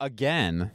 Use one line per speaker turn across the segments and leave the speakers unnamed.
again.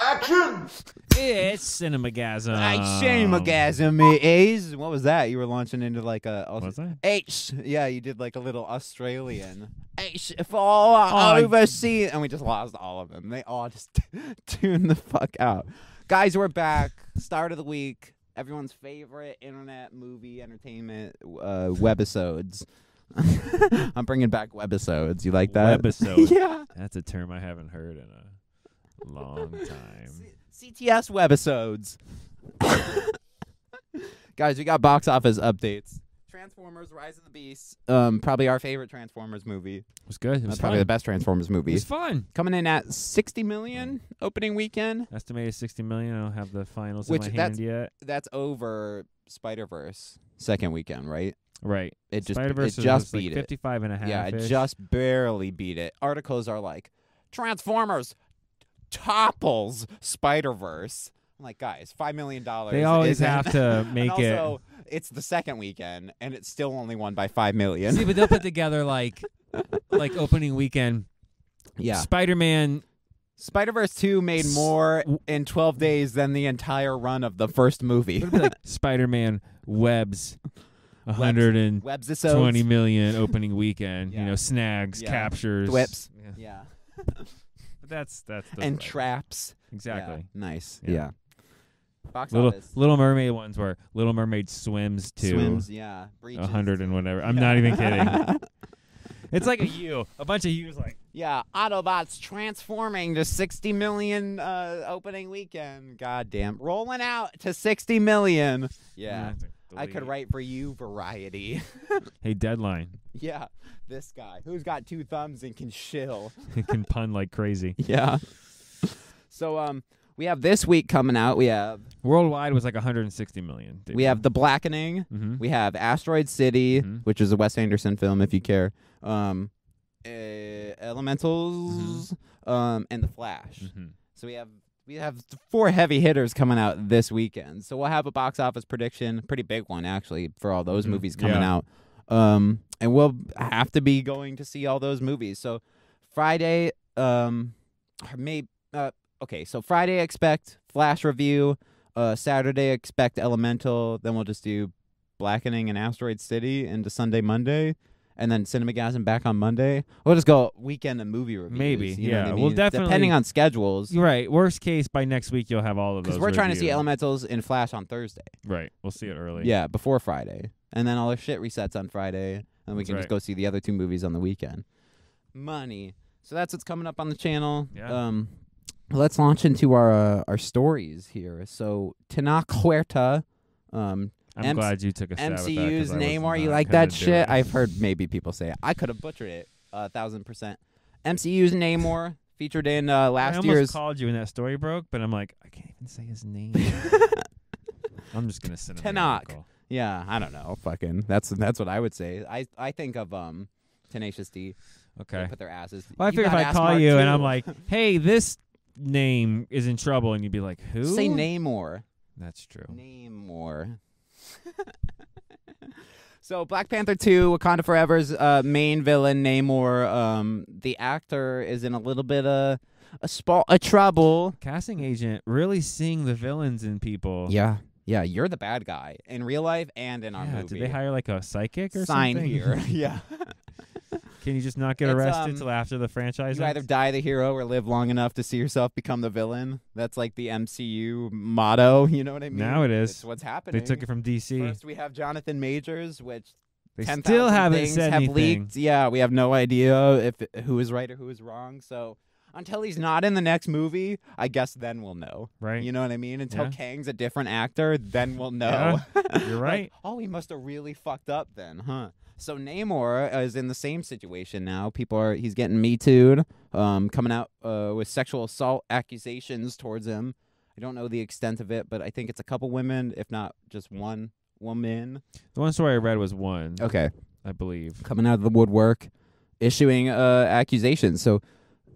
Action!
It's Cinemagasm.
I shamegasm me A's. What was that? You were launching into like a Aus-
Was I?
H. Yeah, you did like a little Australian. H for all
I-
overseas, and we just lost all of them. They all just tuned the fuck out. Guys, we're back. Start of the week. Everyone's favorite internet movie entertainment uh, webisodes. I'm bringing back webisodes. You like that?
Webisode.
yeah.
That's a term I haven't heard in a long time.
C- CTS webisodes. Guys, we got box office updates. Transformers: Rise of the Beast, um, probably our favorite Transformers movie.
It was good. It was
That's probably the
fun.
best Transformers
It
movie.
was fun.
Coming in at 60 million opening weekend.
Estimated 60 million. I don't have the finals
Which-
in my
that's-
hand yet.
That's over Spider Verse second weekend, right?
Right.
It just
Spider Verse
it just
like
beat it.
55 and a half.
Yeah, it just barely beat it. Articles are like Transformers topples Spider Verse. I'm like, guys, five million dollars.
They always
isn't-
have to
and
make
also, it's the second weekend, and it's still only won by five million.
See, but they'll put together like like opening weekend.
yeah,
Spider Man.
Spider Verse Two made
S-
more in twelve days than the entire run of the first movie.
Spider Man webs. 120
Webs episodes.
million opening weekend. You
Yeah.
know, snags,
Yeah.
captures,
Whips.
Yeah.
Yeah,
But that's that's the
and
right.
traps. Yeah,
exactly.
nice.
Yeah.
Yeah. Box
Little
office.
Little Mermaid ones where Little Mermaid swims to
Swims. Yeah. Breaches.
a hundred and whatever. I'm not even kidding. It's like a U, a bunch of U's like
Yeah, Autobots transforming to 60 million uh, opening weekend. Goddamn, rolling out to 60 million. Yeah,
mm, it's like,
I could
delete.
write for you, Variety.
Hey, deadline.
yeah, this guy who's got two thumbs and can shill.
It can pun like crazy.
Yeah. so um, we have this week coming out. We have
Worldwide was like 160 million.
we have The Blackening.
hmm
We have Asteroid City,
Mhm.
which is a Wes Anderson film, if you care. Um, uh, Elementals, um, and The Flash.
hmm
So we have we have four heavy hitters coming out this weekend. So we'll have a box office prediction, pretty big one actually, for all those
Mhm.
movies coming
Yeah.
out. Um, and we'll have to be going to see all those movies. So Friday, um, or may uh, okay. So Friday expect Flash review. Uh, Saturday expect Elemental. Then we'll just do Blackening and Asteroid City into Sunday Monday. And then Cinemagasm back on Monday. We'll just go weekend and movie reviews.
Maybe,
you know what I
yeah. We'll
mean?
definitely-
depending on schedules.
You're right. Worst case, by next week you'll have all of those.
Because we're trying to see
reviewed.
Elementals in Flash on Thursday.
Right. We'll see it early.
Yeah, before Friday. And then all our shit resets on Friday. And we
That's
can
right.
just go see the other two movies on the weekend. Money. So that's what's coming up on the channel.
Yeah.
Um, let's launch into our uh, our stories here. So Tana Huerta, um,
I'm
MC
glad you took a stab at that 'cause
MCU's
I was
Namor. You
not
like
gonna
that
do
shit?
it.
I've heard maybe people say it. I could have butchered it a thousand percent. MCU's Namor featured in uh,
I
last
almost
year's
called you when that story broke, but I'm like, I can't even say his name. I'm just gonna send him a
Tanakh.
call.
Yeah, I don't know. Fucking that's that's what I would say. I I think of um Tenacious D. They
Okay.
put their asses.
Well, I
You
figure if
got
I
ass
call
mark
you and
too.
I'm like, hey, this name is in trouble, and you'd be like, who? Oh.
say Namor.
That's true.
Namor. so Black Panther 2, Wakanda Forever's uh, main villain Namor. Um, the actor is in a little bit of a spot a trouble.
Casting agent really seeing the villains in people.
Yeah, yeah. You're the bad guy in real life and in our
Yeah,
movie.
Did they hire like a psychic or
Sign
something?
here. yeah.
Can you just not get
It's,
arrested
um,
till after the franchise?
You either
ends?
die the hero or live long enough to see yourself become the villain. That's like the MCU motto. You know what I mean?
Now it is.
It's what's happening.
They took it from DC.
First, we have Jonathan Majors, which
they
10,000
still haven't
things
said
have
anything.
leaked. Yeah, we have no idea if who is right or who is wrong. So until he's not in the next movie, I guess then we'll know.
Right.
You know what I mean? Until
Yeah.
Kang's a different actor, then we'll know.
You're
Like,
right.
oh, he must have really fucked up then, huh? So Namor is in the same situation now. People are he's getting me too'd, um, coming out uh, with sexual assault accusations towards him. I don't know the extent of it, but I think it's a couple women, if not just one woman.
The one story I read was one,
Okay,
I believe.
coming out of the woodwork, issuing uh, accusations. So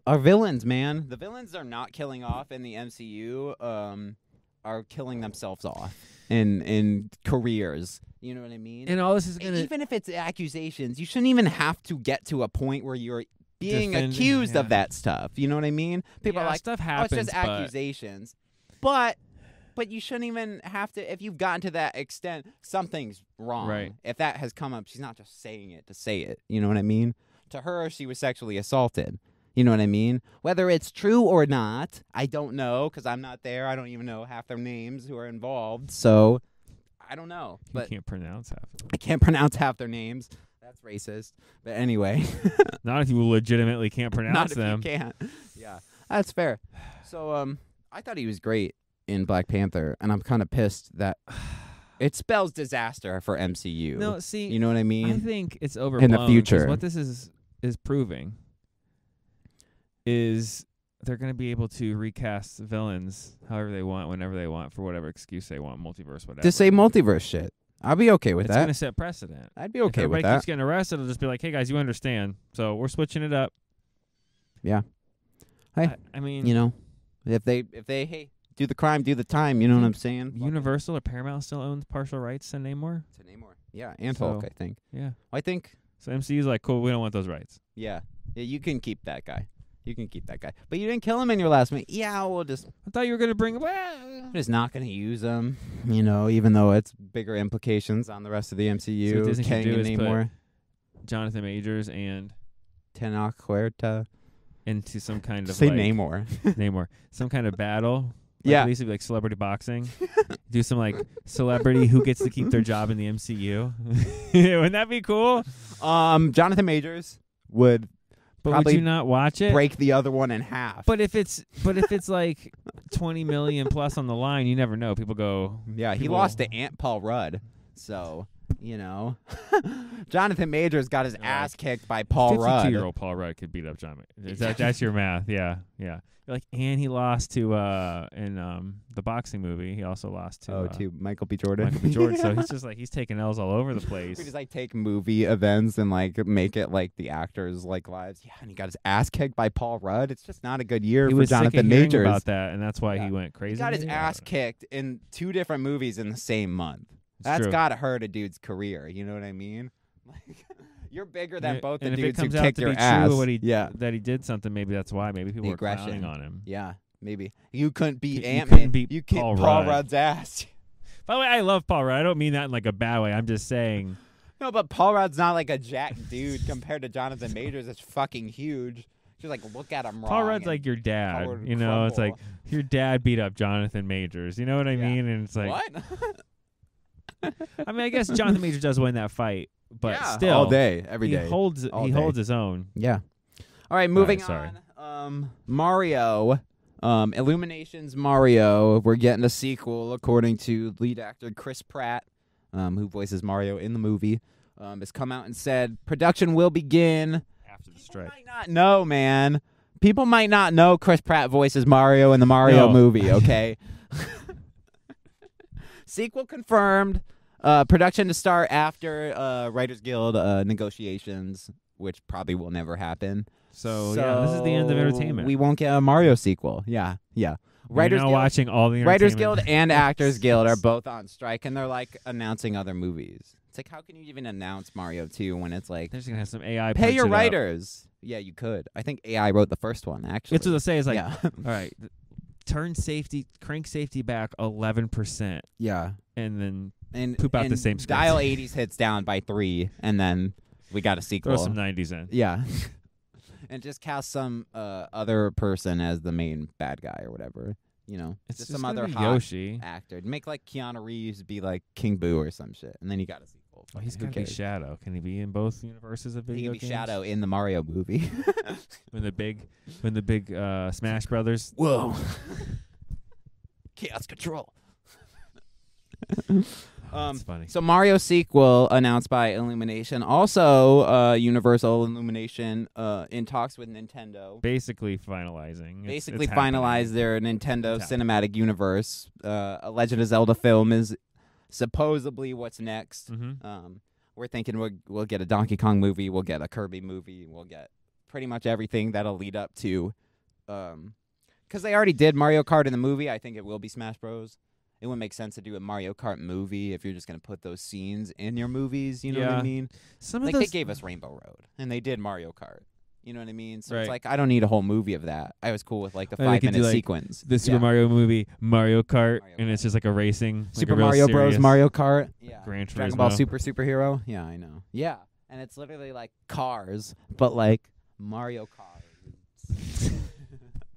our villains, man, the villains are not killing off in the MCU. Um, are killing themselves off in in careers. You know what I mean?
And all this is gonna
even if it's accusations, you shouldn't even have to get to a point where you're being
Defending-
accused
yeah.
of that stuff. You know what I mean? People
Yeah,
are like,
stuff
oh, it's
happens.
just accusations. But but you shouldn't even have to if you've gotten to that extent, something's wrong.
Right.
If that has come up, she's not just saying it to say it. You know what I mean? To her, she was sexually assaulted. You know what I mean? Whether it's true or not, I don't know because I'm not there. I don't even know half their names who are involved. So I don't know.
but
But
you can't pronounce half. Of it.
I can't pronounce half their names. That's racist. But anyway.
Not if you legitimately can't
Not
pronounce
if
them.
you can't. Yeah, that's fair. So, um, I thought he was great in Black Panther, and I'm kind of pissed that it spells disaster for MCU.
No, see,
you know what I
I
mean?
think it's overblown. 'cause
future.
what this is is proving is they're going to be able to recast villains however they want, whenever they want, for whatever excuse they want, multiverse, whatever.
Just say multiverse shit. I'll be okay with
it's
that.
going to set precedent.
I'd be
If
okay with
everybody
that.
keeps getting arrested, it'll just be like, hey guys, you understand. So we're switching it up.
Yeah. Hey.
I, I mean,
You know, if they if they hey do the crime, do the time. You know what I'm saying?
Universal or Paramount still owns partial rights to Namor.
Fuck, to Namor. Yeah, and Hulk.
So-
I think.
Yeah.
I think.
So MCU's like, cool, we don't want those rights.
Yeah. Yeah, you can keep that guy. You can keep that guy. But you didn't kill him in your last minute. Yeah, we'll just
I thought you were gonna bring.
I'm just not going to use them, you know, even though it's bigger implications on the rest of the
So
MCU.
what Disney should
Kang
do
and
is put-
Namor,
Jonathan Majors and
Tenoch Huerta.
into some kind of
Say
like,
Namor.
Namor, some kind of battle. Like
Yeah.
at least it'd be like celebrity boxing. Do some like celebrity who gets to keep their job in the MCU. Wouldn't that be cool?
Um, Jonathan Majors would
But
Probably
would you not watch it?
break the other one in half.
But if it's but if it's like twenty million plus on the line, you never know. People go.
yeah, he
people-
lost to Aunt Paul Rudd, so you know, Jonathan Majors got his
You're
ass kicked by Paul Rudd.
Fifty-two-year-old Paul Rudd could beat up John. Ma- Is that, that's your math. Yeah, yeah. You're like, and he lost to uh in um the boxing movie. He also lost to
oh,
uh,
to Michael B. Jordan.
Michael B. Jordan. So he's just like he's taking L's all over the place.
We just like take movie events and like make it like the actors like lives. Yeah, and he got his ass kicked by Paul Rudd. It's just not a good year
he
for
was sick of
Jonathan
hearing
Majors.
about that, and that's why
Yeah.
he went crazy.
he got his
maybe? I don't
ass
know.
kicked in two different movies in the same month.
It's
That's
true.
gotta hurt a dude's career. You know what I mean? Like you're bigger than
And-
both the
and if
dudes
it comes
who
out
kicked
to
your
be
ass.
True what he,
yeah,
that he did something. Maybe that's why. Maybe people
The
were
aggression.
clowning on him.
yeah, maybe you couldn't beat
You- you
Ant
couldn't
Man.
beat
You kicked
Paul
Paul,
Rudd.
Rudd's ass.
By the way, I love Paul Rudd. I don't mean that in like a bad way. I'm just saying.
No, but Paul Rudd's not like a jack dude compared to Jonathan Majors. It's fucking huge. Just like look at him.
Paul
wrong
Rudd's
and-
like your dad.
Howard
You know, it's like
Crumble.
your dad beat up Jonathan Majors. You know what I
Yeah.
mean? And it's like,
what?
I mean, I guess Jonathan Majors does win that fight, but
Yeah.
still,
all day, every
he
day.
holds
All
he
day.
holds his own.
yeah. All right, moving
sorry.
on. Um, Mario, um, Illuminations Mario. We're getting a sequel, according to lead actor Chris Pratt, um, who voices Mario in the movie. Um, has come out and said production will begin.
After the
People
strike,
might not know, man. People might not know Chris Pratt voices Mario in the Mario
No.
movie. Okay. Sequel confirmed. Uh, production to start after uh, Writers Guild uh, negotiations, which probably will never happen.
so, yeah, this is the end of
So
entertainment.
We won't get a Mario sequel. Yeah, yeah.
You're
Writers
now
Guild,
watching all the
Writers Guild
entertainment.
and Actors Guild are both on strike, and they're like announcing other movies. It's like, how can you even announce Mario Two when it's like
They're just gonna have some AI.
pay
punch
your
it up.
writers. Yeah, you could. I think AI wrote the first one actually.
That's what they'll say. Is like,
yeah,
all right, th- turn safety, crank safety back eleven percent,
yeah,
and then
and
Poop out the
and
same script.
Dial '80s hits down by three, and then we got a
throw
sequel.
some nineties in.
yeah, and just cast some uh, other person as the main bad guy or whatever. You know,
It's
some
gonna
other
be
hot
Yoshi.
actor. Make like Keanu Reeves be like King Boo or some shit, and then you got a sequel.
Oh, he's
Who
gonna be
cares?
Shadow. Can he be in both universes of
He
video
could be
games?
Shadow in the Mario movie.
When the big, when the big uh, Smash Brothers
Whoa. Chaos control. Um,
Oh, That's funny.
So Mario sequel announced by Illumination. Also, uh, Universal Illumination uh, in talks with Nintendo.
Basically finalizing. It's-
Basically,
it's happening.
finalize their Nintendo
It's
cinematic universe. Uh, a Legend of Zelda film is supposedly what's next.
Mhm.
Um, we're thinking we'll, we'll get a Donkey Kong movie, we'll get a Kirby movie, we'll get pretty much everything that'll lead up to. Because they already did Mario Kart in the movie, I think it will be Smash Bros. It wouldn't make sense to do a Mario Kart movie if you're just going to put those scenes in your movies. You know what I
Yeah.
mean?
Some of
Like
those
they gave us Rainbow Road and they did Mario Kart. You know what I mean? So
Right.
it's like I don't need a whole movie of that. I was cool with like the
Or they
five
could do,
minute
like,
sequence.
The Super
Yeah.
Mario movie, Mario Kart,
Mario
and it's
Kart.
just like a racing, like
Super
a real
Mario Bros.
serious-
Mario Kart. Yeah.
Gran
Dragon Ball
Turismo.
Super superhero. Yeah, I know. Yeah, and it's literally like cars, but like Mario cars.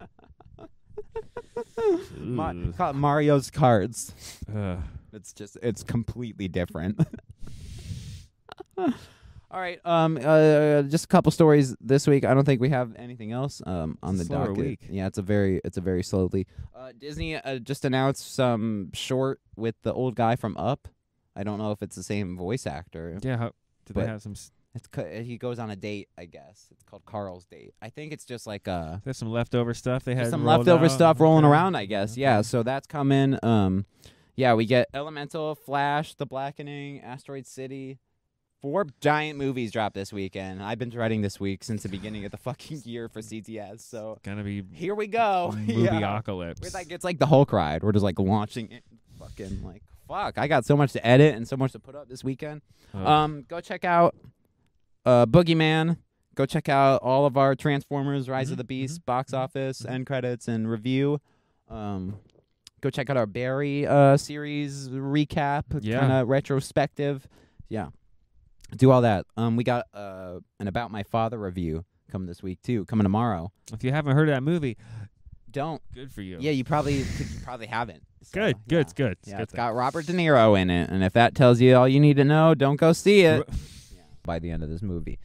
Ma-
Ugh.
call it Mario's cards.
Ugh.
It's just it's completely different. All right, um, uh, just a couple stories this week. I don't think we have anything else um on the
Slower
docket.
week.
Yeah, it's a very it's a very slowly. Uh, Disney uh, just announced some short with the old guy from Up. I don't know if it's the same voice actor.
Yeah, how, did they
But-
have some? s-
It's ca- he goes on a date, I guess. It's called Carl's date. I think it's just like uh
There's some leftover stuff they had.
some
rolled
leftover
out.
stuff rolling
Okay.
around, I guess.
Okay.
Yeah, so that's coming. Um, yeah, we get Elemental, Flash, The Blackening, Asteroid City. Four giant movies dropped this weekend. I've been dreading this week since the beginning of the fucking year for CTS. So
Gonna be
here we go.
movie
yeah.
apocalypse.
We're like it's like the Hulk ride. We're just like launching it. Fucking like fuck. I got so much to edit and so much to put up this weekend. Um, go check out uh, Boogeyman. Go check out all of our Transformers: Rise
Mhm,
of the Beast box
mhm,
office
mhm.
end credits and review. Um, go check out our Barry uh, series recap,
Yeah.
kind of retrospective. Yeah, do all that. Um, we got uh, an About My Father review coming this week too, coming tomorrow.
if you haven't heard of that movie,
Don't.
good for you.
Yeah, you probably you probably haven't. So,
Good, good,
yeah.
it's good. It's
Yeah,
good
it's got Robert De Niro in it, and if that tells you all you need to know, don't go see it
thing.
by the end of this movie.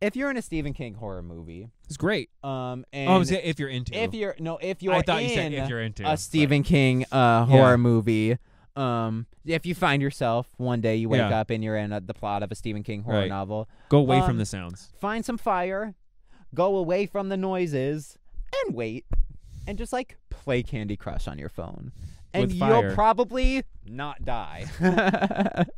If you're in a Stephen King horror movie,
It's great.
um, and
Oh, I'm saying if you're into.
if you're no, if you're
I thought
in
you said if you're into.
a Stephen King uh, horror movie, um, if you find yourself one day you wake
Yeah.
up and you're in a, the plot of a Stephen King horror
Right.
novel,
Go away from
um,
the sounds.
find some fire, go away from the noises, and wait, and just like play Candy Crush on your phone, and
With
you'll
fire.
probably not die.